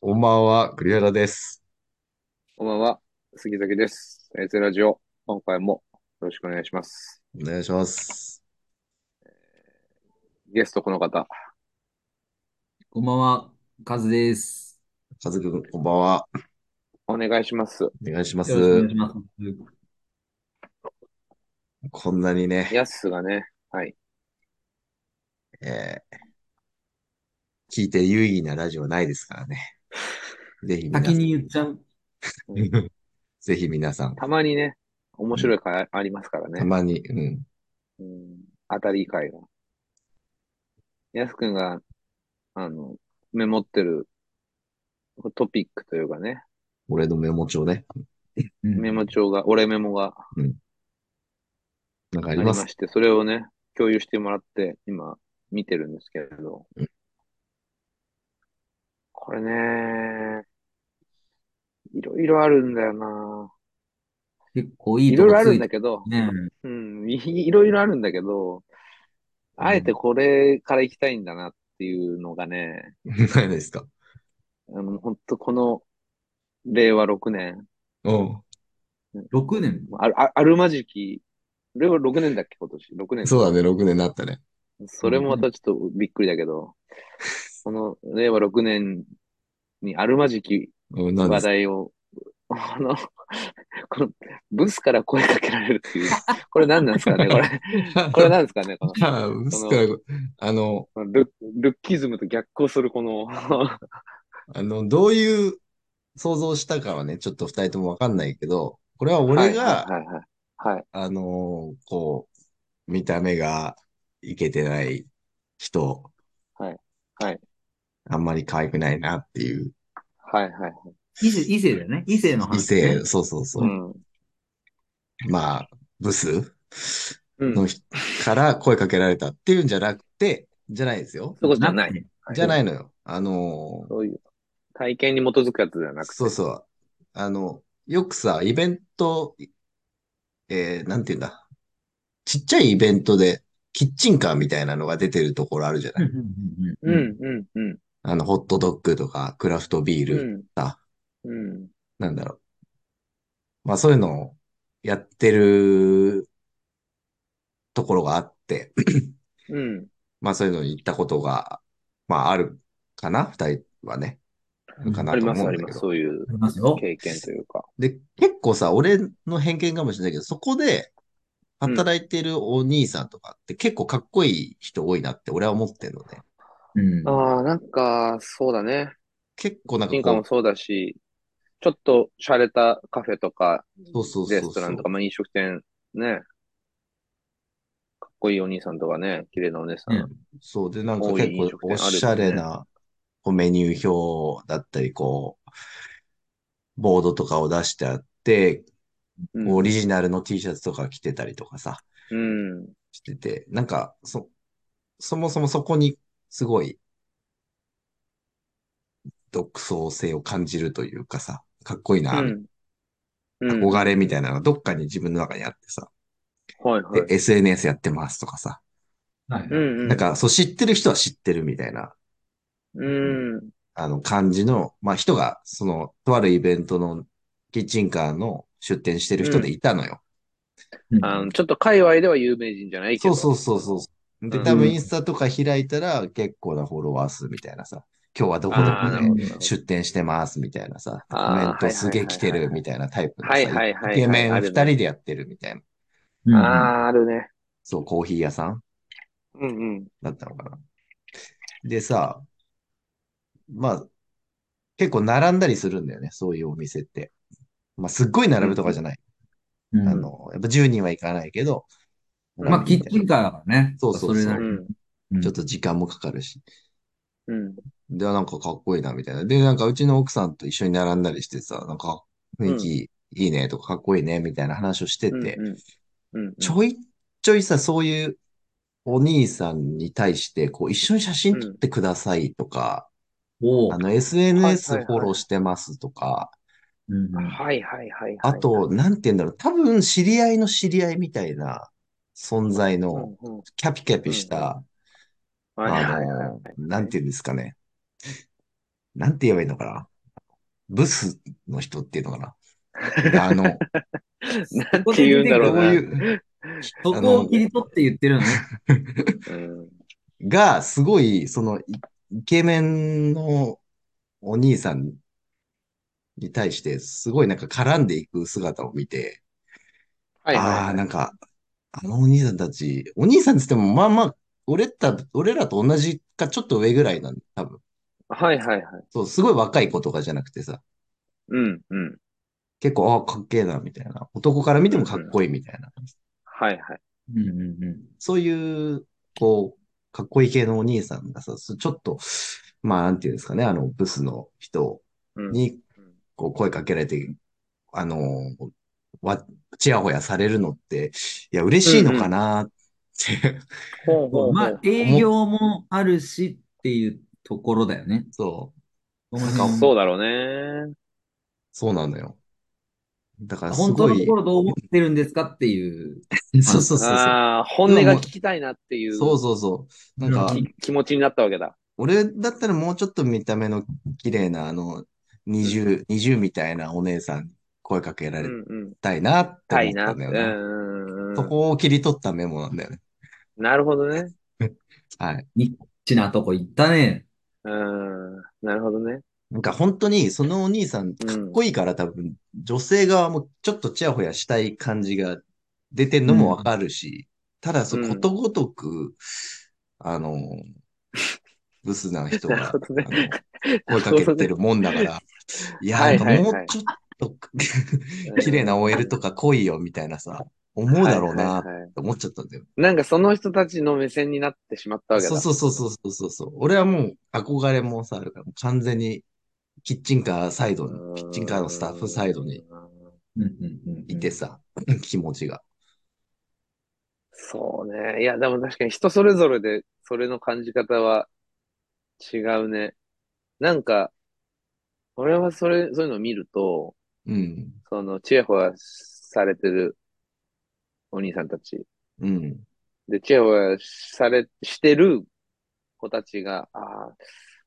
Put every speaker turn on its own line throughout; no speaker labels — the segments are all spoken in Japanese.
こんばんは、栗原です。
こんばんは、杉崎です。エツラジオ、今回もよろしくお願いします。
お願いします。
ゲストこの方、
こんばんは、カズです。
カズくん、こんばんは。
お願いします。
お願いしま
よろしくお願
す。
いします。
こんなにね、
ヤスがね、はい。
えー、聞いて有意義なラジオないですからね。ぜひ皆さ
先
ん、
に言っちゃう。
ぜひ皆さん、
たまにね、面白い回あありますから
た
ね。
まに、うん、
うん、当たり回が。ヤスくんが、あの、メモってるトピックというかね、
俺のメモ帳ね、
うん
メモ帳が、俺メモが
なんかあ
あ
り
り
ま。
ますして、それをね、共有してもらって、今、見てるんですけれど
うん。
これね、いろいろあるんだよな。
結構いい
い
と
ろいろ
こ
あ
つ
るん
い
だ
て
けど、
ね。
うん、いいろいろあるんだけど、あえてこれから行きたいんだなっていうのがね、
ないですか。
あの、本当この、令和6年、
うん。
6年。
ある、ああるまじき、令和6年だっけ、今年。6年。
そうだね、6年になったね。
それもまたちょっとびっくりだけど、この令和6年にあるまじき
うん、なんで
話
すか。
題を、あの、 このブスから声かけられるっていう、これ何なんですかね、これ。これ何ですかね、この
あ、うっすから、あの、
このル、ルッキズムと逆行するこの、
あの、どういう想像したかはね、ちょっと二人ともわかんないけど、これは俺が、
はいはいはい、はい。
あのーこう、見た目がイケてない人、
はいはい
あんまり可愛くないなっていう、
はいはいはい。
異性、異性だよね。異性の
異
話ね。
性、そうそうそうう、
ん。
まあ、ブス
うん。
の人から声かけられたっていうんじゃなくて、じゃないですよ。
そういうことじゃない。
い。
はい
じゃないのよ。あのー
そういう、体験に基づくやつではなくて。
そうそう。あの、よくさ、イベント、えー、なんて言うんだ。ちっちゃいイベントで、キッチンカーみたいなのが出てるところあるじゃ
うん
ない。
うんうんうん。
ん、うん、うん。
あの、ホットドッグとか、クラフトビール
うん。
あ
うん。
なんだろう。まあそういうのをやってるところがあって、
うん。
まあそういうのに行ったことが、まああるかな二人はね。あるかな
あり
と
ま
思
す、
う
あ
ん
り
だ
ま
け
す。
ど。
そういう
ありますよ。
経験というか。
で、結構さ、俺の偏見かもしれないけど、そこで働いてるお兄さんとかって結構かっこいい人多いなって俺は思ってるのね。
うん。
ああ、なんか、そうだね。
結構なんか
進化
こ
も
う、
そうだし、ちょっと洒落たカフェとか、
そうそう
レ
そう
ス
そ
トランと
う
か、。まあ飲食店、ね。かっこいいお兄さんとかね、綺麗なお姉さん。
ね
そうで、なんか
多い
結
飲
構
食
お
店あるよ
しゃれ
ね
なこうメニュー表だったり、こう、ボードとかを出してあって、
うん。
オリジナルの T シャツとか着てたりとかさ、
うん。
してて、なんか、そ、そもそもそこにすごい、独創性を感じるというかさ、かっこいいな、
うん。うん。
憧れみたいなのがどっかに自分の中にあってさ、
はいはい。
で SNS やってますとかさ、
はい
うんうん。
なんか、そう知ってる人は知ってるみたいな、
うん。
あの感じの、まあ、人が、その、とあるイベントのキッチンカーの出店してる人でいたのよ。
うん
あの、ちょっと界隈では有名人じゃない
そ
けど。
うそうそうそう。で、
うん
多分インスタとか開いたら結構なフォロワー数みたいなさ、今日はどこど
あーなる
こ
ほ
で
どなるほど
出店してますみたいなさ、コ
あー
メントすげえ来て
はいはい
る
はいはい
みたいなタイプの
は
さ、
いはいはいはい
イケメン二
ある
人
ね
でやってるみたいな。
うん
ああ、あるね。
そう、コーヒー屋さん
うんうん。
だったのかな。でさ、まあ、結構並んだりするんだよね、そういうお店って。まあ、すっごい並ぶとかじゃない。
うん
あの、やっぱ10人はいかないけど、
まあ、キッチン
ち
カーだからね。
そうそうそう
れな
う
りに
ん。
うん
ょっと時間もかかるし。
うん。
で、なんかかっこいいな、みたいな。で、なんかうちの奥さんと一緒に並んだりしてさ、なんか雰囲気いいねとかかっこいいね、みたいな話をして
うん
て、
うん。うん。
ちょいちょいさ、そういうお兄さんに対して、こう、一緒に写真撮ってくださいとか、
お
あ
ー
の、SNS
はいはい
フォローしてますとか、
うんうん
はいはいはいはい。
あと、なんて言うんだろう、多分知り合いの知り合いみたいな存在
う
の
んうん。
キャピキャピした、
はいはい
あ
はい。
の、なんて言うんですかね。なんて言えばいいのかな。ブスの人っていうのかな。 あの、
なんて言うんだろう
こう
な。
いう、
そこを切り取って言ってるのね。
うん
が、すごい、その、イイケメンのお兄さんに対して、すごいなんか絡んでいく姿を見て、
はいはい
ああ、
はい。
なんか、あのお兄さんたち、お兄さんって言っても、まあまあ、俺た、俺らと同じか、ちょっと上ぐらいなんで、多分。
はいはいはい。
そう、すごい若い子とかじゃなくてさ、
うんうん。
結構、ああ、かっけえな、みたいな。男から見てもかっこいいみたいな。
はいはい。
うんうんうん。
そういう、こう、かっこいい系のお兄さんがさ、すちょっと、まあ、なんていうんですかね、あの、ブスの人
うん
に、こう、声かけられて、あの、わ、ちやほやされるのって、いや、嬉しいのかな、って、
ほうほうほう
まあ、営業もあるしっていうところだよね。
そう、
この辺
そうだろうね。
そうなのよ。だから、す
本当
ご
の
い
とこ、ろどう思ってるんですかっていう。
そうそうそうそう。
ああ、本音が聞きたいなっていう
そうそうそう。なんか、
き気持ちになったわけだ。
俺だったらもうちょっと見た目の綺麗な、あの、20、20みたいなお姉さんに声かけら
うん
れ
うん。
たいなって
た
思
い
っ
な。
た
うん
だよな。
んうんう
そ
ん。
こを切り取ったメモなんだよね。
なるほどね。
はい。
ちなとこ行ったね。
うん。なるほどね。
なんか本当にそのお兄さんかっこいいから多分女性側もちょっとちやほやしたい感じが出てんのもわかるし、ただそう
うん
ことごとく、あの、ブスな人
なる
が
ほどね
あの声かけてるもんだから、いや、
は
なん
い
か
はいはい
もうちょっと 綺麗な OL とか来いよみたいなさ、思うだろうな
は
っ
いはいはい
て思っちゃったんだよ。
なんかその人たちの目線になってしまったわけだ。
そうそうそうそうそうそう。俺はもう憧れもさ、あるから、完全にキッチンカーサイドに、
うん
キッチンカーのスタッフサイドに。
うんうんうん。
いてさ、気持ちが。
そうね。いや、でも確かに人それぞれで、それの感じ方は違うね。なんか、俺はそれ、そういうのを見ると、
うん。
その、チヤホヤされてるお兄さんたち。
うん。
で、チヤホヤされ、してる子たちが、ああ、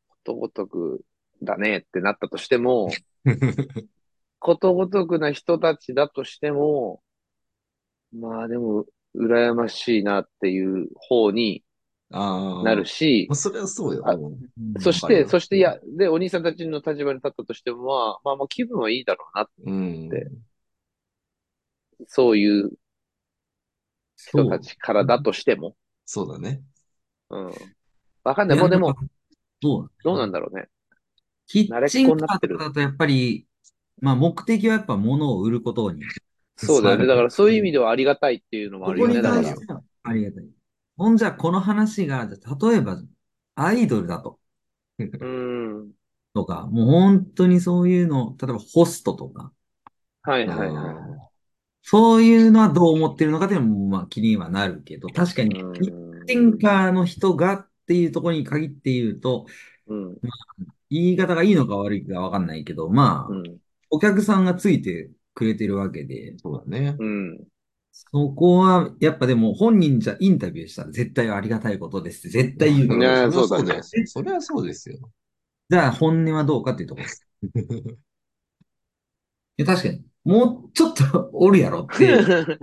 ことごとくだねってなったとしても、ことごとくな人たちだとしても、まあでも、羨ましいなっていう方に
ああ。
なるし
まあ、、それはそうよ。
あ
うん
うん。
そ
し
し
わかる
て、
よ
そして、いや、で、お兄さんたちの立場に立ったとしても、まあ、まあまあ気分はいいだろうな、
うん。
でそういう人たちからだとしても。
そうだね。
うん。わかんな
そう。
い。もうで
いや
も、、
どう
どうなん
だ
だろうね。
キッチンカーとかだとやっぱり、まあ目的はやっぱ物を売ることに。
そうだよね。
そ
だ
う
からそういう意味ではありがたいっていうのもあ
こ
る
こ
よ
に
ね。だか
関
ら
し。てはありがたい。ほんじゃ、この話が、じゃあ例えば、アイドルだと、
うん。
とか、もう本当にそういうの、例えばホストとか、
はい
うん
はいはい。
そういうのはどう思ってるのかっていうのも、まあ気にはなるけど、確かに、キッチンカーの人がっていうところに限って言うと、
うん。
言い方がいいのか悪いかわかんないけど、ま
う
あ、
ん。
お客さんがついてくれてるわけで、
そうだね。
うん。
そこは、やっぱでも本人じゃインタビューしたら絶対ありがたいことですって絶対言う
ね
か
ん
え
ら、
それは
そうだね
よそれはそうですよ。
じゃあ本音はどうかっていうところです。いや、確かに。もうちょっとおるやろっ ていう、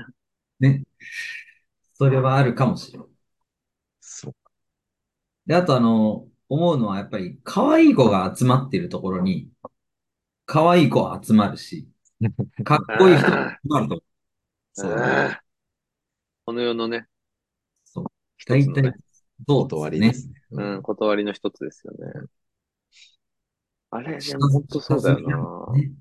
ね。それはあるかもしれない。
そう。
で、あとあの、思うのはやっぱり、可愛い子が集まってるところに、可愛い子は集ま るし、かっこいい人が集まると。
そう
あ
ね。
あ この世のね、
そう。
一
大
つのね
体、そう
断り
ね
で。すね。
う
うん
ん、断りの一つですよね。あれ、で
下
も本当そうだ
積み
よな。
ね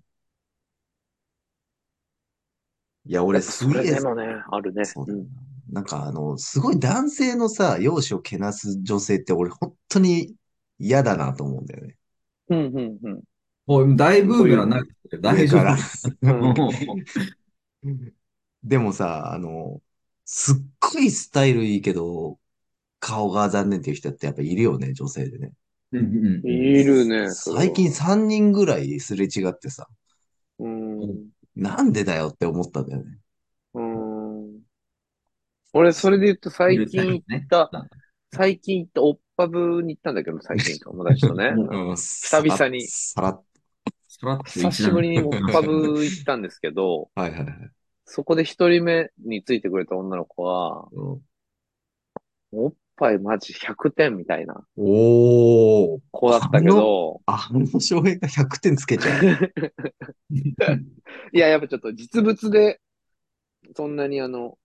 いや、
や
俺
っぱ
す
そ
げ
れ
え
で、もね、あるね。
そう
う
だよ
ん。
な。なんかあの、すごい男性のさ、容姿をけなす女性って俺本当に嫌だなと思うんだよね。
うん、うん、うん。
もう大ブームはなくて大
上
丈
か ら。
夫。も
でもさ、あの、すっごいスタイルいいけど、顔が残念っていう人ってやっぱいるよね、女性でね。
う、うんうんうん。
いるね。それは
最。近3人ぐらいすれ違ってさ、
うん。
なんでだよって思ったんだよね。
うん。俺、それで言うと最近行った、
ね
最近行ったオッパブに行ったんだけど、最近友達とね。
うん、
久々に
さらっ
さらっと一
久しぶりに
段
モッパブ行ったんですけど、
はいはいはい。
そこで一人目についてくれた女の子は、おっぱいマジ100点みたいな
おー。
子だったけど、
あの翔平が100点つけちゃう。
いや、やっぱちょっと実物で、そんなにあの、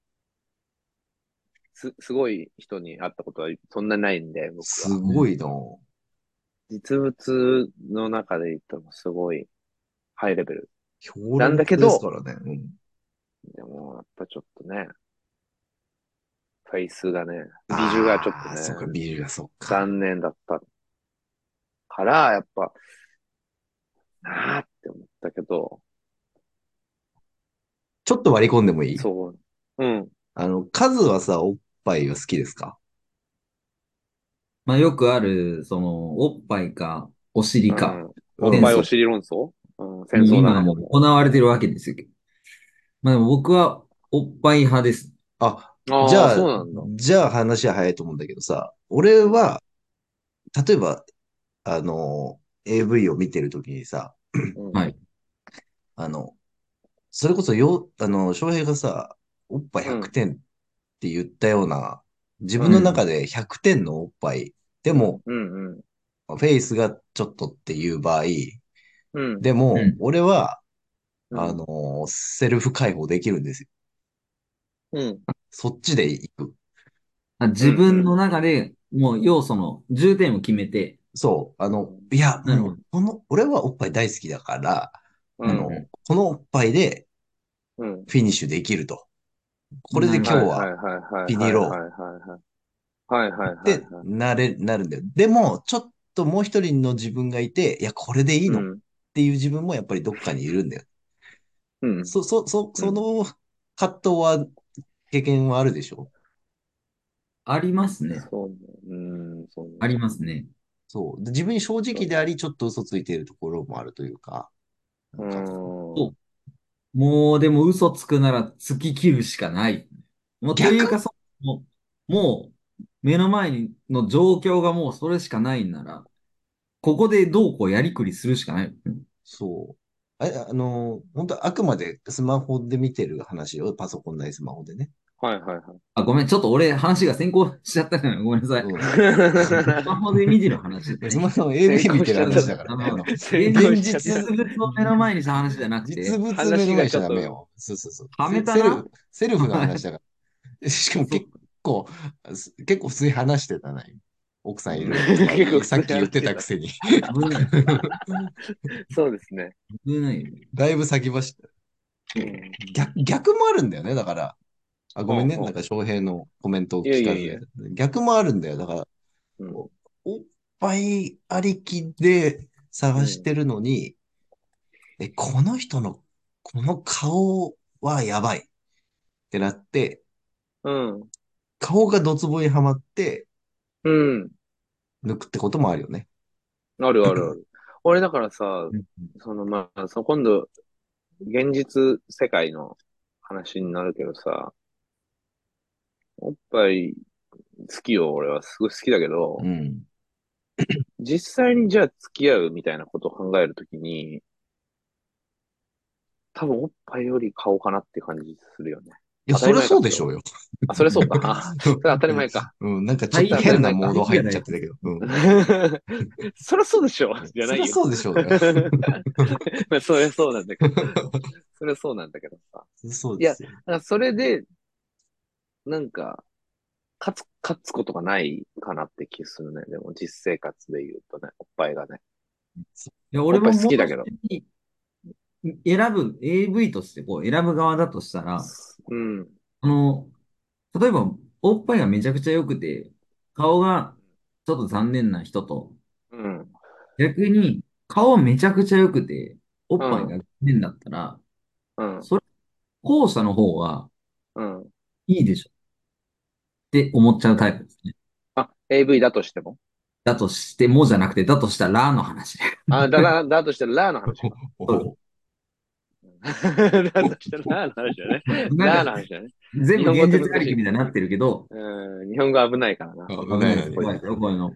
す、すごい人に会ったことはそんなないんで、僕
す
は。
ごいな
実物の中で言ってもすごいハイレベル。
強
なんだけ
烈
ど
ですからね。うん
でも、やっぱちょっとね、フェイスがね、美女がちょ
あーそっ
っと
か、
ね、
ビジュがそっか。
残念だったから、やっぱ、なーって思ったけど、
ちょっと割り込んでもいい
そう、うん、
あの、カズはさ、おっぱいは好きですか
まあよくある、その、おっぱいか、お尻か、
うん、おっぱいお尻論争うん、戦争
今
だね。
行われてるわけですよ。まあでも僕は、おっぱい派です。
あ、
ああ、
じゃあ
そうなんだ。
じゃあ話は早いと思うんだけどさ、俺は、例えば、あの、AV を見てるときにさ、
うん
はい
あの、それこそよ、あの、翔平がさ、おっぱい100点って言ったような、自分の中で100点のおっぱい、でも、
うんうん。
フェイスがちょっとっていう場合、
うん。
でも
うん、
俺は、
うん
あ、の、セルフ解放できるんですよ。
うん。
そっちで行く。
あ自分の中で、もう要素の重点を決めて、
そう。あの、いや、
うん
もうこの、俺はおっぱい大好きだから、
う
あ
ん
の、このおっぱいで
うん。
フィニッシュできると。これで今日
はい
は、
はいはいはいはい
ビニロー
はいはいはい。はいはい
っ
はい
てなれ、なるんだよ。でも、ちょっともう一人の自分がいて、いや、これでいいの
う
っ
ん
ていう自分もやっぱりどっかにいるんだよ。
うん。
そ、そ、そ、その葛藤は、経験はあるでしょ
ありますね。
そうね。うん、そうね。
ありますね。
そう。で自分に正直であり、ちょっと嘘ついているところもあるというか。
う
なんか
ん。
そうもう、でも嘘つくなら突き切るしかない。もう、と
逆
いうか、そもう、もう、目の前の状況がもうそれしかないんなら、ここでどうこうやりくりするしかない。
そう。あれ、あの、本当あくまでスマホで見てる話を、パソコンないスマホでね。
はいはいはい。
あ、ごめん、ちょっと俺話が先行しちゃったから、ごめんなさい。
う
スマホで見てる話で
ん。
ね。
スマホの AV 見てる話だ から
あの
ね。
先
行
し
し
ち
ち
ゃ
ゃ
っ
ったた
実物を目の前にした話じゃなくて
実、物目の前にしちゃダメよ。そうそうそう。
はめた
セ
な
ルフ、セルフの話だから。 しかも結構、す結構普通に話してたな、今奥さんいるとか
結構
さっき言ってたくせに。
危ない。
そうですね。
危ないよ。
だいぶ先走った。
うん
逆、逆もあるんだよね、だから。あ、ごめんね、
うんうん
なんか翔平のコメントを聞かず
いやいやい
逆もあるんだよ、だから。
うん
おっぱいありきで探してるのに、え、この人の、この顔はやばいってなって、
うん。
顔がドツボにはまって
うん。
抜くってこともあるよね。
あるあるあ る。俺だからさ、そのまあ、その今度、現実世界の話になるけどさ、おっぱい好きよ、俺はすごい好きだけど、
うん。
実際にじゃあ付き合うみたいなことを考えるときに、多分おっぱいより顔かなって感じするよね。
いや、
当た
そ
り
りゃ
前
そうでしょうよ。
あ、それそ うか。あそれ当たり前か。
うん、なんかちょっと変なモード入っちゃってたけど。うん。
そりゃそうでしょ。じゃ
そ
ない
り
よ
ゃ。そうでしょう よ。
まあそりゃそうなんだけど。そりゃそうなんだけどさ。
そうですよ。
だからそれで、なんか、勝つ、勝つことがないかなって気するね。でも実生活で言うとね、おっぱいがね。
いや、俺も
おっぱい好きだけど
もし選ぶ、AV としてこう選ぶ側だとしたら、
うん。
あの、例えば、おっぱいがめちゃくちゃ良くて、顔がちょっと残念な人と、
うん。
逆に顔めちゃくちゃ良くて、おっぱいが残念だったら、
うん。
後者の方が
うん。
いいでしょって思っちゃうタイプですね。
あ、AV だとしても。
だとしてもじゃなくて、だとしたら の話で。
あ、だら、だとしてラーの話か。
お
だとしてラーの話だね。 ラー
なん
の
か
話だね。
全部
日本語
現
って難しい
実ありきみたいになってるけど、
うん、日本語危ないからな。
危ない
こういうの。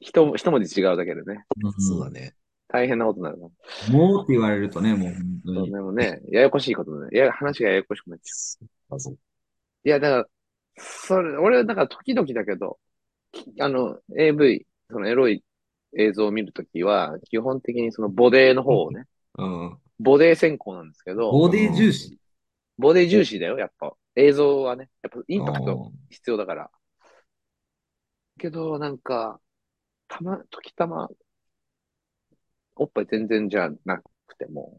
一、一文字違うだけでね。
そうだね。
確大変なことになるな。
もうって言われるとね、もう本当
そう
に。
でもね、ややこしいことね。いや、話がややこしくなっちゃ
あそう
う。いや、だから、それ、俺はだから時々だけど、きあの、AV、そのエロい映像を見るときは、基本的にそのボデーの方をね、
うん。
ボデー先行なんですけど、
ボディ重視。
ボデー重視だよ、やっぱ。映像はね、やっぱインパクト
うん
必要だから。けど、なんか、たま、時たま、おっぱい全然じゃなくても、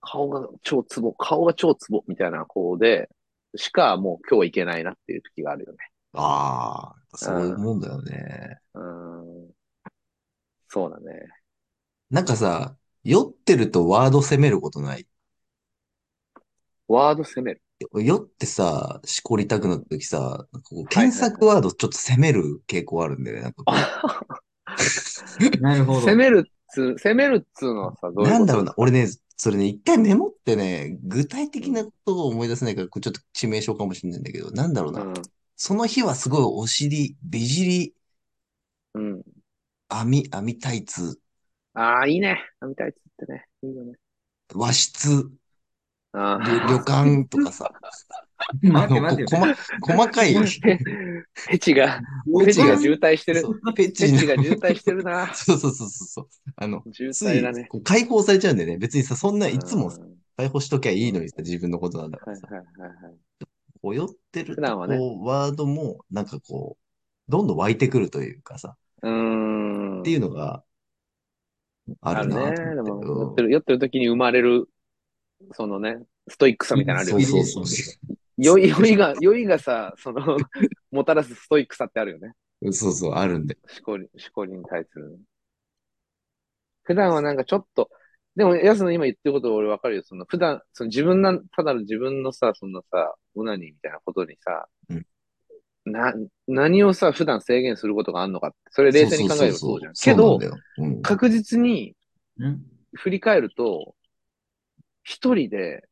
顔が超ツボ、顔が超ツボみたいな子で、しかもう今日いけないなっていう時があるよね。
ああ、そういうもんだよね。
うーん。そうだね。
なんかさ、酔ってるとワード攻めることない。
ワード攻める。
酔ってさ、しこりたくなった時さ、なんかこう
はいはい
検索ワードちょっと攻める傾向あるんだよね。なんかこう
なるほど。
攻めるっつう、攻めるっつうのはさ、どういう
なん
こ
だ
と
ろうな。俺ね、それね、一回メモってね、具体的なことを思い出せないから、これちょっと致命傷かもしれないんだけど、なんだろうな。その日はすごいお尻、美尻、
うん。うん。
網、網タイツ、
ああ、いいね。飲みたいっつってね。いいよね。
和室、
あ
旅
あ。
旅館とか さ、あ
待っ
の、
て
こ
待って。
こま、細かい、
フェチが、
ペ
フェ
チ
チ
が
が渋滞してる。
そ
フ
うペチ
ェチが
の、
渋滞してるな。
そうそうそうそうそう、あの、
渋
つい
滞だね。
こう解放されちゃうんだよね。別にさ、そんないつも
うん
解放しときゃいいのにさ、自分のことなんだか
は
ら
い
さ、
はいはいはい。
こう酔ってる
普
と、
段はね
こうワードも、なんかこう、どんどん湧いてくるというかさ、
うーん。
っていうのが、あ
あ
る
る
な
ね。
と
で
思
も、酔
っ
っ
ててる
る、酔ってる時に生まれる、そのね、ストイックさみたいなのあるよ
そう
ね。
そうそう。
酔い、酔いが、酔いがさ、その、もたらすストイックさってあるよね。
そうそう、あるんで。
思考に、思考に対する。普段はなんかちょっと、でも、やすの今言ってること俺わかるよ。その、普段、その自分な、ただの自分のさ、そのさ、オナニーみたいなことにさ、
うん
な、何をさ、普段制限することがあるのかって、それ冷静に考えればそうじゃん。
そ
け
うなん
ど
だ、よ。うん
確実に
うん
振り返ると、一人で、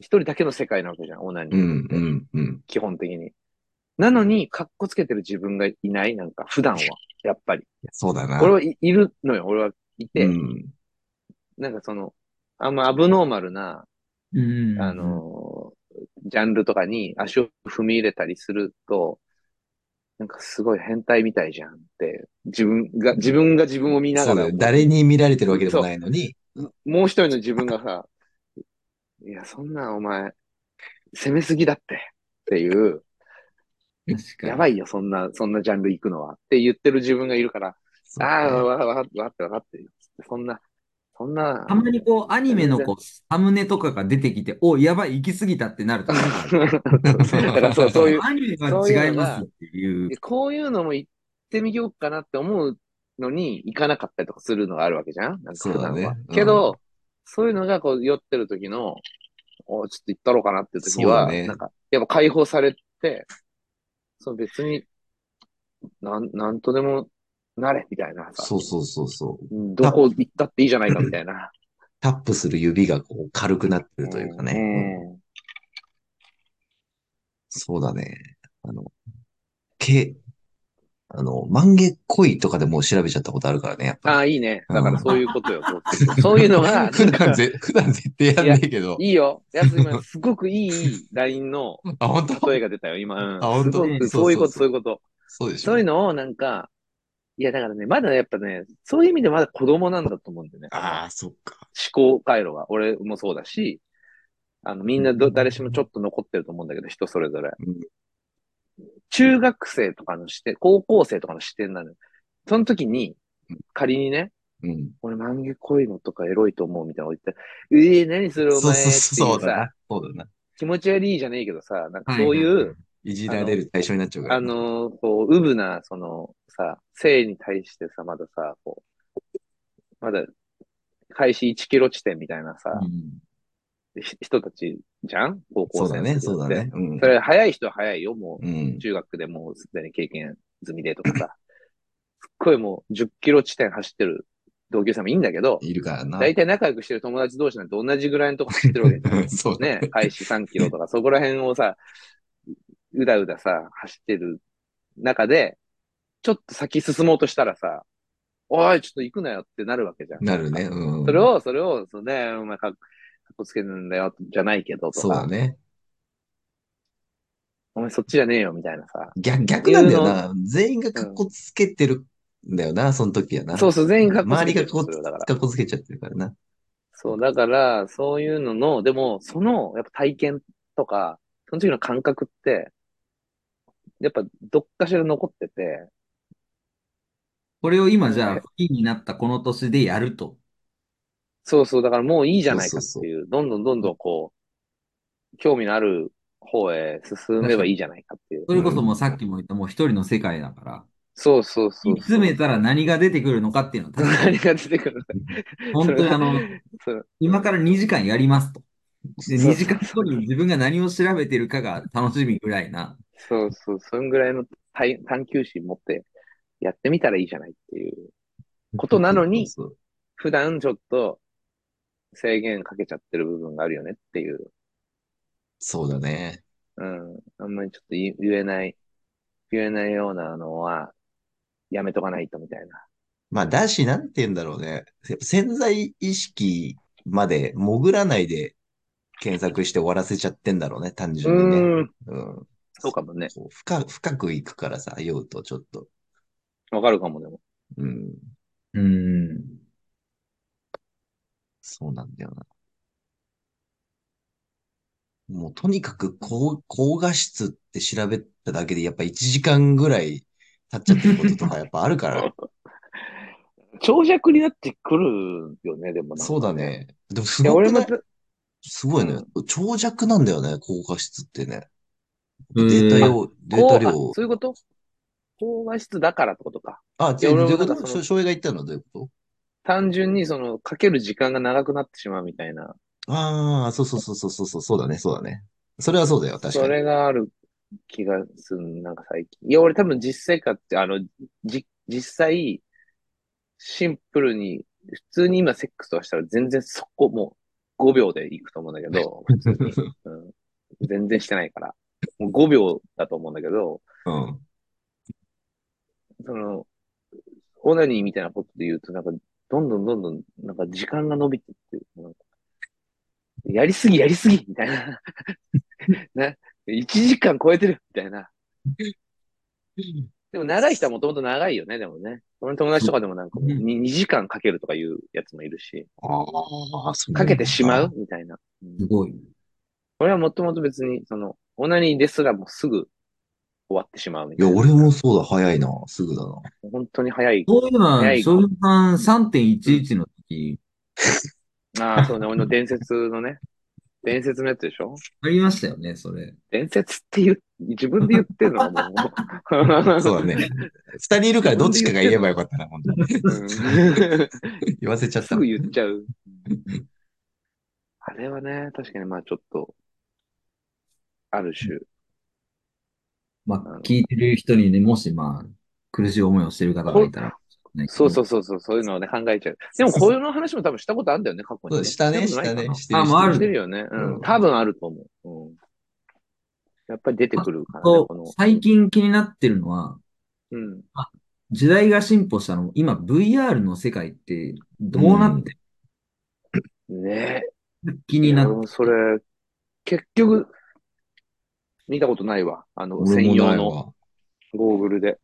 一人だけの世界なわけじゃん、オナニ
う
ー。
ん、うん、うん。
基本的に。なのに、かっこつけてる自分がいない、なんか、普段は、やっぱり。
そうだな。
俺はい、いるのよ、俺はいて、
うん。
なんかその、あんまアブノーマルな、
うん。
あのージャンルとかに足を踏み入れたりすると、なんかすごい変態みたいじゃんって、自分が、自分が自分を見な
そ
が
うだ
ら
よ。、誰に見られてるわけでもないのに、
もう一人の自分がさ、いや、そんなんお前、攻めすぎだって、っていう、
確かに。
やばいよ、そんな、そんなジャンル行くのは、って言ってる自分がいるから、
そう
ああ、わ、わかって、わかって、わかって、そんな、そんな、
たまにこう、アニメのこう、サムネとかが出てきて、お、やばい、行き過ぎたってなる と。
だからそう、そういう、
アニメは違いますっていう
で。こういうのも行ってみようかなって思うのに行かなかったりとかするのがあるわけじゃんなんか普段は。
そうだねうん
けど、そういうのがこう酔ってる時の、おちょっと行ったろうかなっていう時
そう
は、
だね
なんか、やっぱ解放されて、そう別に、なん、なんとでもなれみたいなさ
そうそうそうそう。
うんどこ行ったっていいじゃないかみたいな。
タップする指がこう軽くなってるというかね。うん
うん
そうだね。あの、け、あの、万華恋とかでもう調べちゃったことあるからね、やっ
あ
ぱ
あ、いいね。だからそういうことよ。そうそういう のが、
り。普段
なんか
ぜ、普段絶対やんねえけど。
いいよ。やつ今、すごくいいラインの、
あ、本当
例えが出たよ、今。うん
あ本当
す
そ
ごく
うそうそう
そういうこと、そういうこと。
そうでしょ
そういうのを、なんか、いや、だからね、まだやっぱね、そういう意味でまだ子供なんだと思うんだよね。
ああ、そっか。
思考回路が。俺もそうだし、あの、みんなど、誰しもちょっと残ってると思うんだけど、人それぞれ。
うん
中学生とかの視点、高校生とかの視点なのよ。その時に
うん、
仮にね、
うん。
俺、万華こいのとかエロいと思うみたいなこと言って、ええ何それお
そう
前って
そ
いうう
そう、そうだ
さ
な。、そうだな。
気持ち悪いじゃねえけどさ、なんかそういう、
いじられる対象になっちゃうから
あ
ね。
のーこう、うぶな、その、さ、性に対してさ、まださ、こう、まだ、開始1キロ地点みたいなさ、
うん
ひ人たちじゃん
そ
高校
う
生
だ
の
ね、
時って
そうだね。うん
そ。れ、早い人は早いよ、も
うん
う、。中学でもうすでに経験済みでとかさ、すっごいもう、10キロ地点走ってる同級生もいいんだけど、
いるからな。
大体仲良くしてる友達同士なんて同じぐらいのとこ走ってるわけじゃ ん
そうだ
ね、開始3キロとか、そこら辺をさ、うだうださ、走ってる中で、ちょっと先進もうとしたらさ、おい、ちょっと行くなよってなるわけじゃん。
なるね。うん。
それを、それを、そうね、お前かっ、かっこつけるんだよ、じゃないけど、と
そうだ
か、
ね。
お前そっちじゃねえよ、みたいなさ。
逆、逆なんだよな。全員が格好つけてるんだよな、その時やな。
そうそう、全員かっこつ
周
け
り
て
が
る
こ
んですよだから。
格好つけちゃってるからな。
そう、だから、そういうのの、でも、その、やっぱ体験とか、その時の感覚って、やっぱ、どっかしら残ってて、
これを今じゃあ、フリーになったこの年でやると。
そうそう、だからもういいじゃないかって
そうそう
いう、どんどんどんどんこう、興味のある方へ進めばいいじゃないかっていう。
それこそもうさっきも言った、もう一人の世界だから、
そうそうそう
煮。詰めたら何が出てくるのかっていうのは、確 か
何が出てくる
に本当にあの、
そう
今から2時間やりますと。で、
そう
2時間後に自分が何を調べてるかが楽しみぐらいな。
そうそう、そんぐらいの探探求心持ってやってみたらいいじゃないっていう。ことなのに
そうそう
普段ちょっと制限かけちゃってる部分があるよねっていう。
そうだね。
うん。あんまりちょっと言言えない、言えないようなのは、やめとかないとみたいな。
まあ、だし、なんて言うんだろうね。せ潜在意識まで潜らないで検索して終わらせちゃってんだろうね、単純にね。
うん。
うん。
そうかもね。
こう深深くいくからさ、酔うとちょっと。
わかるかもでも。
うん。
うん。
そうなんだよな。もうとにかく高、高画質って調べただけでやっぱ1時間ぐらい経っちゃってること とかやっぱあるから。
長尺になってくるよね、でもなんか
そうだ。ね。でもす
いや、
ご
俺
くな
も
い
た、
すごいね。長尺なんだよね、高画質ってね。
う
デ
ん
ータ量、データ量。
こうあそういうこと高画質だからってことか。
あ、
いや
どういうこ
俺もなん
と
かそ
しょ
の
翔平が言ったのはどういうこ
単純にその、かける時間が長くなってしまうみたいな。
とああ、そうそうそうそうそうそう、そうだね、そうだね。それはそうだよ、確
そ
か
れ
に。
がある気がする、なんか最近。いや、俺多分実生活って、あの、じ、実際、シンプルに、普通に今セックスとかしたら全然そこもう5秒で行くと思うんだけ ど、普通に。うん、全然してないから。もう5秒だと思うんだけど、
うん。
その、オナニーみたいなことで言うと、なんか、どんどんどんどん、なんか時間が伸びてって、なんかやりすぎやりすぎみたいな。 な、1時間超えてるみたいな。でも長い人はもともと長いよね、でもね。俺の友達とかでもなんかもう
う
2, 時間かけるとかいうやつもいるし、
ああ、そう
かけてしま
う
うみたいな。うん
すごい。
俺はもともと別に、その、オナニーですらもうすぐ終わってしまうみ
い
た
や、
いな。
俺もそうだ、早いな、すぐだな。
本当に早い。
そういうのは
早、い
翔平さん3.11の時、
ああ、そうね、俺の伝説のね、伝説のやつでしょ
ありましたよね、それ。
伝説って言う、自分で言って んのはもう。
そうだね。二人いるからどっちかが言えばよかったな、本当に。
うん。
言わせちゃっ
す
た
ぐ。言っちゃう。あれはね、確かにまあちょっと、ある種、
まあ、聞いてる人にね、もしまあ、苦しい思いをしてる方がいたら、ね
そうそうそうそう、そういうのをね、考えちゃう。でも、こういうの話も多分したことあるんだよね、過去に、
そうしたね、
でも
し
ない
た
か
ね、
な
してる。
あもうある
してるよね。う
うん
ん。多分あると思う。うん。やっぱり出てくるからね、
と
この。
最近気になってるのは、
うん。
時代が進歩したのも、今 VR の世界ってどうなって
ね
る気
え。
になっ
いや俺もそれ、結局、見たことないわ。あの、
俺
専
もな
用
い
の
わ。
ゴーグルで。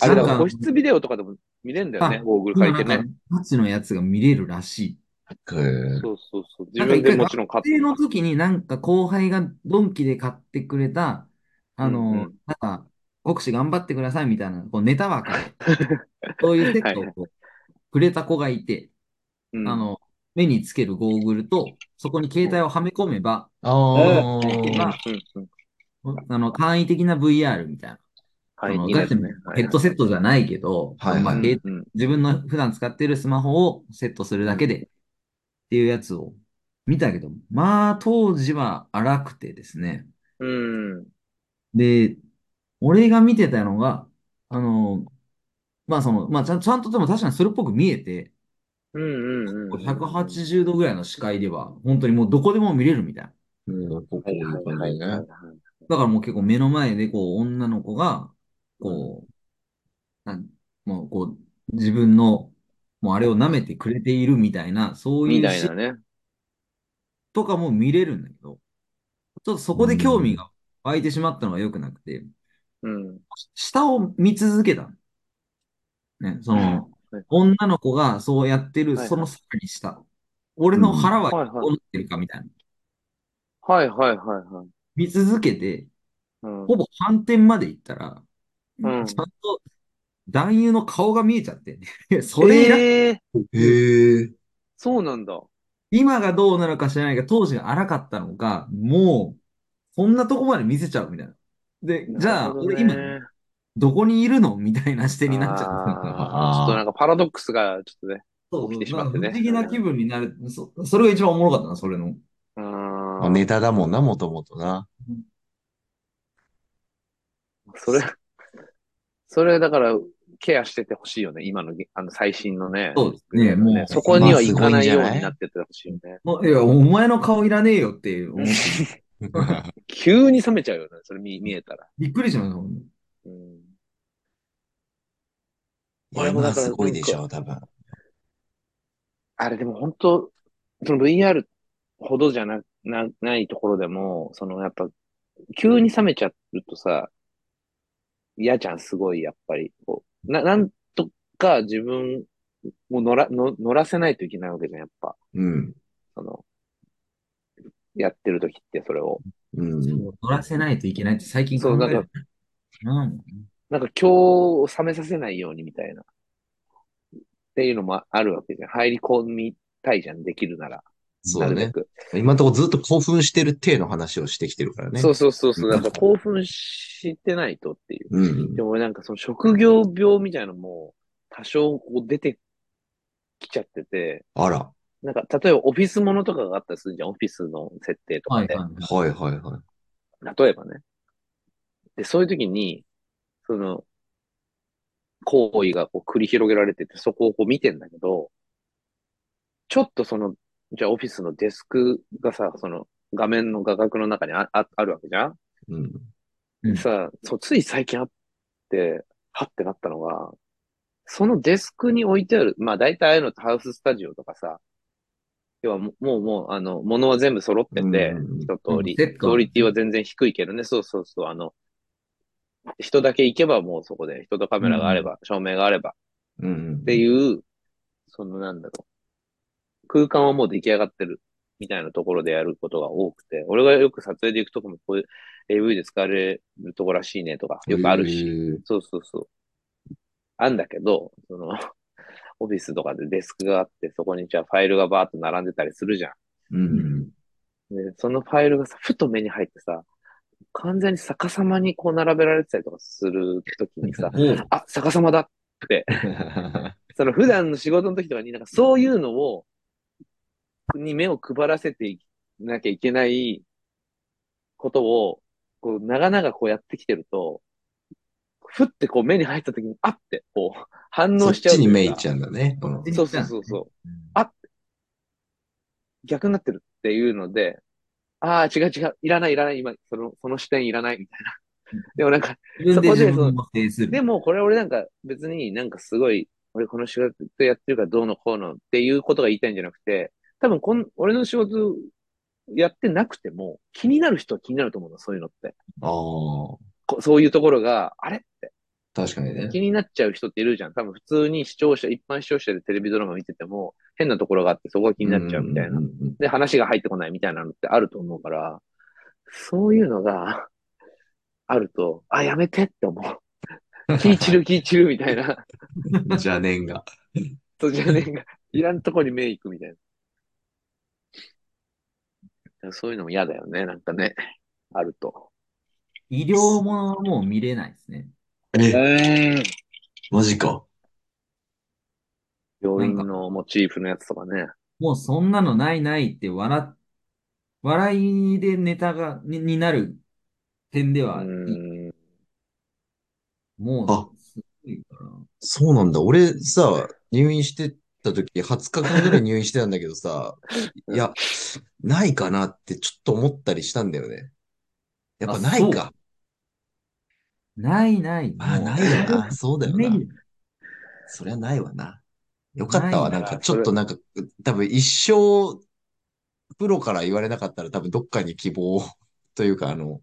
あれだ
な
か
ん
ら、
か
個室ビデオとかでも見れるんだよね
あ、
ゴーグル
今
借りて
なん
ね。
かガチのやつが見れるらしい。
へー
そうそうそう。自
なんか
分
一
で
回
もちろん買っ
学生の時になんか後輩がドンキで買ってくれた、あの、
うんうん
なんか、国士頑張ってくださいみたいな、こうネタ枠 で、そういうセットをこうくれた子がいて、
うん
あの、目につけるゴーグルと、そこに携帯をはめ込めば、
あ
うん
ー。
うんうん
あの、簡易的な VR みたいな、
は
あ
い、
の
いいで
ガチ
す
の
ね。
ヘッドセットじゃないけど、
はいはい
まあ、
うん
ゲー
うんうん
自分の普段使ってるスマホをセットするだけでっていうやつを見たけど、まあ当時は荒くてですね。
うん。
で、俺が見てたのが、あの、まあその、まあちゃんちゃんとでも確かにそれっぽく見えて、
うんうんうんうん。
180度ぐらいの視界では、本当にもうどこでも見れるみたいな。
うんこう
はい
い
は
う
いは
感
い
じ
はいは
ね
い。。
だからもう結構目の前でこう女の子が、こう、なんもうこう自分のもうあれを舐めてくれているみたいな、そうい
み
う
た
シ
い
ーン
なね。
とかも見れるんだけど、ちょっとそこで興味が湧いてしまったのが良くなくて、
うん。
下を見続けたの。ね、その、女の子がそうやってる、
はいはい
そのさらに下。俺の腹は
はいはい
どうなってるかみたいな。
はいはいはいはい。
見続けて、
うん。
ほぼ反転まで行ったら、
うん
ちゃんと男優の顔が見えちゃって ね。いやそれ以来、
ええー、
へえ。
そうなんだ。
今がどうなのか知らないが、当時が荒かったのか、もう、そんなとこまで見せちゃうみたいな。で、じゃ
な
あ、
るほど
俺
ね
今、どこにいるのみたいな視点になっちゃったのが。
あーちょっとなんかパラドックスが、ちょっとね。
そう
起き
そう
てしまってね
なんか不思議な気分になる。そ、それが一番おもろかったな、それの。
う
ま
ー
あ
ん。
ネタだもんな、もともとな。
それ、それだから、ケアしててほしいよね。今の、あの、最新のね。
そうですね、もう、
ねそこには行かないようになっててほしいよね。
もういや、お前の顔いらねえよって思って、
急に冷めちゃうよね。それ見見えたら。
びっくりしましたもんね。
うん。
俺もだからすごいでしょ、多分。
あれでも本当、その VR ほどじゃな、な、ないところでも、そのやっぱ、急に冷めちゃうとさ、嫌じゃん、すごい、やっぱり。こうな、なんとか自分を乗ら、の乗らせないといけないわけじゃん、やっぱ。
うん。
その、やってる時ってそれを。
うん。
乗らせないといけないって最近
そう
考
なんか
えるなあもう
なんか今日を冷めさせないようにみたいな。っていうのもあるわけじゃん。入り込みたいじゃん、できるなら。
そう
な
だ
るべ
ね。
く。
今んとこずっと興奮してる体の話をしてきてるからね。
そうそうそうそ
う
う。
ん
なんか興奮してないとっていう。
うん
で。も俺なんかその職業病みたいなのも多少こう出てきちゃってて、
あら。
なんか例えばオフィスものとかがあったりするじゃん。オフィスの設定と
は
か
い
で。
はいはい。
はいはいはい。
例えばね。で、そういう時に、その、行為がこう繰り広げられてて、そこをこう見てんだけど、ちょっとその、じゃあオフィスのデスクがさ、その画面の画角の中にあああるわけじゃん
うん。
うん
さ、そう、つい最近あって、はってなったのが、そのデスクに置いてある、まあ大体ああいうのってハウススタジオとかさ、要はもう、もう、もうあの、物は全部揃って
うん
て
うんうん、
一通り、
うんセット、
クオリティは全然低いけどね、そうそうそう、あの、人だけ行けばもうそこで、人とカメラがあれば、照明があれば、
うん。
っていう、そのなんだろう。空間はもう出来上がってる。みたいなところでやることが多くて、俺がよく撮影で行くとこもこういう AV で使われるとこらしいねとか、よくあるし、
し。
そうそうそう。あんだけど、その、 オフィスとかでデスクがあって、そこにじゃあファイルがバーっと並んでたりするじゃ
うん。
ん。で、そのファイルがさ、ふと目に入ってさ、完全に逆さまにこう並べられてたりとかするときにさ
おう
あ、逆さまだって、その普段の仕事の時とかに、なんかそういうのを、に目を配らせていなきゃいけないことを、こう、長々こうやってきてると、ふってこう目に入った時に、あって、こう、反
そ
応
っ
しちゃう
ち
とい
に
う
目いっ
か
ちゃうんだね。うん
そうそうそうそう。
う
あ逆になってるっていうので、ああ、違う違う、いらないいらない、今、その、その視点いらない、みたいな。でもなんか、
ん自分
そ
で
こで
自分を制する。
でもこれ俺なんか別になんかすごい、俺この仕事やってるからどうのこうのっていうことが言いたいんじゃなくて、多分こん、俺の仕事やってなくても気になる人は気になると思うの、そういうのって。
あ
こそういうところが、あれって
あ、確かにね。
気になっちゃう人っているじゃん。多分普通に視聴者、一般視聴者でテレビドラマ見てても変なところがあってそこが気になっちゃうみたいな。
んうんうん
で、話が入ってこないみたいなのってあると思うから、そういうのがあると、あ、やめてって思 う。気い散る気い散るみたいな。
邪念が。
そうじゃねえが、いらんとこに目行くみたいな。そういうのも嫌だよね、なんかね、あると。
医療ものはもう見れないですね。
え、
病
マジか。
院のモチーフのやつとかね。
もうそんなのないないって笑っ、笑いでネタが、に、になる点で
う
は、
ん。
もう、すごいから。
そうなんだ。俺さ、入院してた時、20日間ぐらい入院してたんだけどさ、いや、ないかなってちょっと思ったりしたんだよね。やっぱないか。
ないない、
ああ、
もう
ないよな。そうだよ
ない
な
よ。。
そりゃないわな。よかったわ。な
な
いん
な
か、
ら
ちょっとなんか、多分一生、プロから言われなかったら多分どっかに希望 というか、あの、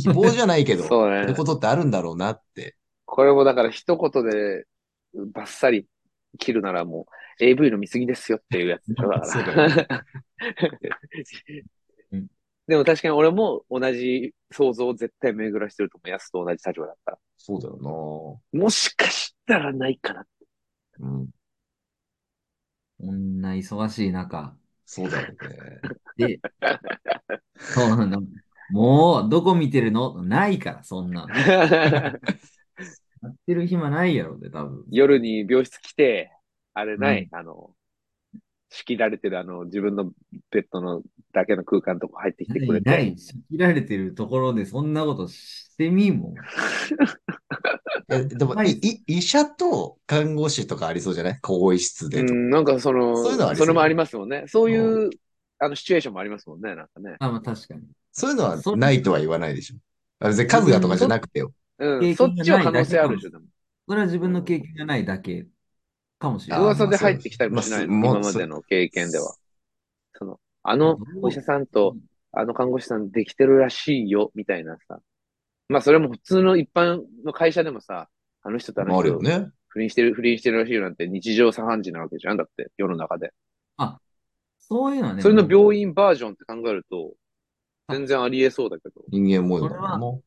希望じゃないけど、
そう
っ
ね
てことってあるんだろうなって。
これもだから一言でバッサリ切るならもう AV の見過ぎですよっていうやつだ から。
そうだよ
うん
でも確かに俺も同じ想像を絶対巡らしてると思う。安と同じ立場だったら。
そうだよ
もしかしたらないかな。
なうん。
こんな忙しい中。
そうだよね。
で、そうなの。もう、どこ見てるのないから、そんなの。やってる暇ないやろで、多分。
夜に病室来て、あれない、あの、仕切られてるあの自分のベッドのだけの空間のとこ入ってきてくれ
な
て。
い、仕切られてるところでそんなことしてみんもん。
えでも、
はい
いい医者と看護師とかありそうじゃない更衣室
う
でとか。
ん、なんかその、
そういうのありそう
それもありますもんね。そういう、あの、シチュエーションもありますもんね、なんかね。
あ、まあ確かに。
そういうのは
そう
ないとは言わないでしょ。あ別に数がとかじゃなくてよ。
うん、そっちは可能性あるでしょ、でも。
それは自分の経験がないだけかもしれ
あ
ない。
噂で入ってきたりもしないの、
まあそう
今までの経験では。その、あのお医者さんと、あの看護師さんできてるらしいよ、みたいなさ。まあ、それも普通の一般の会社でもさ、あの人とあの
ある
人
よ、ね。
不倫してる、不倫してるらしいよなんて日常茶飯事なわけじゃん、だって、世の中で。
そういうのはね、
それの
もう
病院バージョンって考えると、全然ありえそうだけど。
人間模様だもん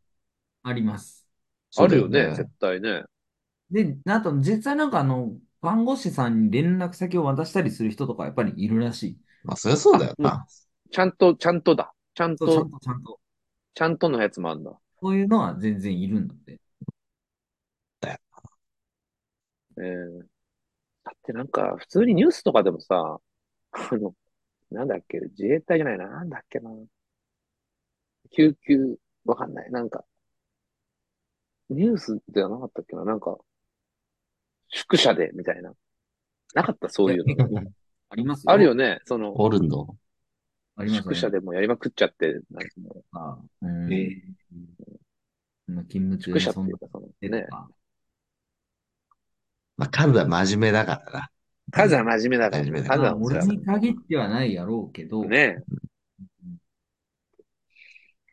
な。
あります。
そ
あ
うだ
るよね、絶対ね。
で、あと実際なんかあの、看護師さんに連絡先を渡したりする人とかやっぱりいるらしい。
まあ、そりゃそうだよな。
ちゃんと、ちゃんとだ。ちゃん
そうちゃ
と
ん、とちゃんと。
ちゃんとのやつもあるんだ。
そういうのは全然いるんだって。
えー、だってなんか、普通にニュースとかでもさ、あの、なんだっけ、自衛隊じゃないな、なんだっけな。救急、わかんない。なんか、ニュースではなかったっけな、なんか、宿舎で、みたいな。なかった、そういうの。
あります
あるよね、その、
おるんだ。
あります
宿舎で
で。
もやりまくっちゃって、なんかもう
あうん。
えー
まあ勤務中
宿
に
舎って
そん
い
な
うか、その、
こと
ね
と、か。
まあ、カズは真面目だからな。
カズは真面目だから、
真面目だ
カズ
まあ
は面白
俺
い
に限ってはないやろうけど、
ね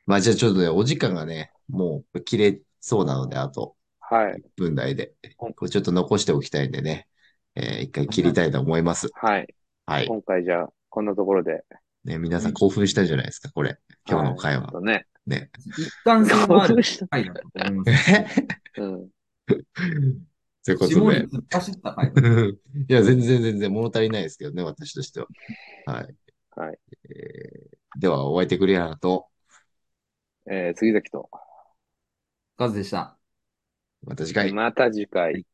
まあ、じゃあちょっとね、お時間がね、もう切れそうなので、あと
はい、
1分台で
うん。
これちょっと残しておきたいんでね。えー一回切りたいと思います。
はい。
はい。
今回じゃあ、こんなところで。
ね、皆さん興奮したんじゃないですか、これ。今日の会
ちょっ
話。
とね。
ね。
一貫性のある回だと思 います。
うん。
ということ
下に
で。
突っ走った回
う
だ
ん いや、全然全然物足りないですけどね、私としては。はい。
はい。
えーでは、お相手くれやなと、
えー、杉崎と。
カズでした。
また次回。
また次回。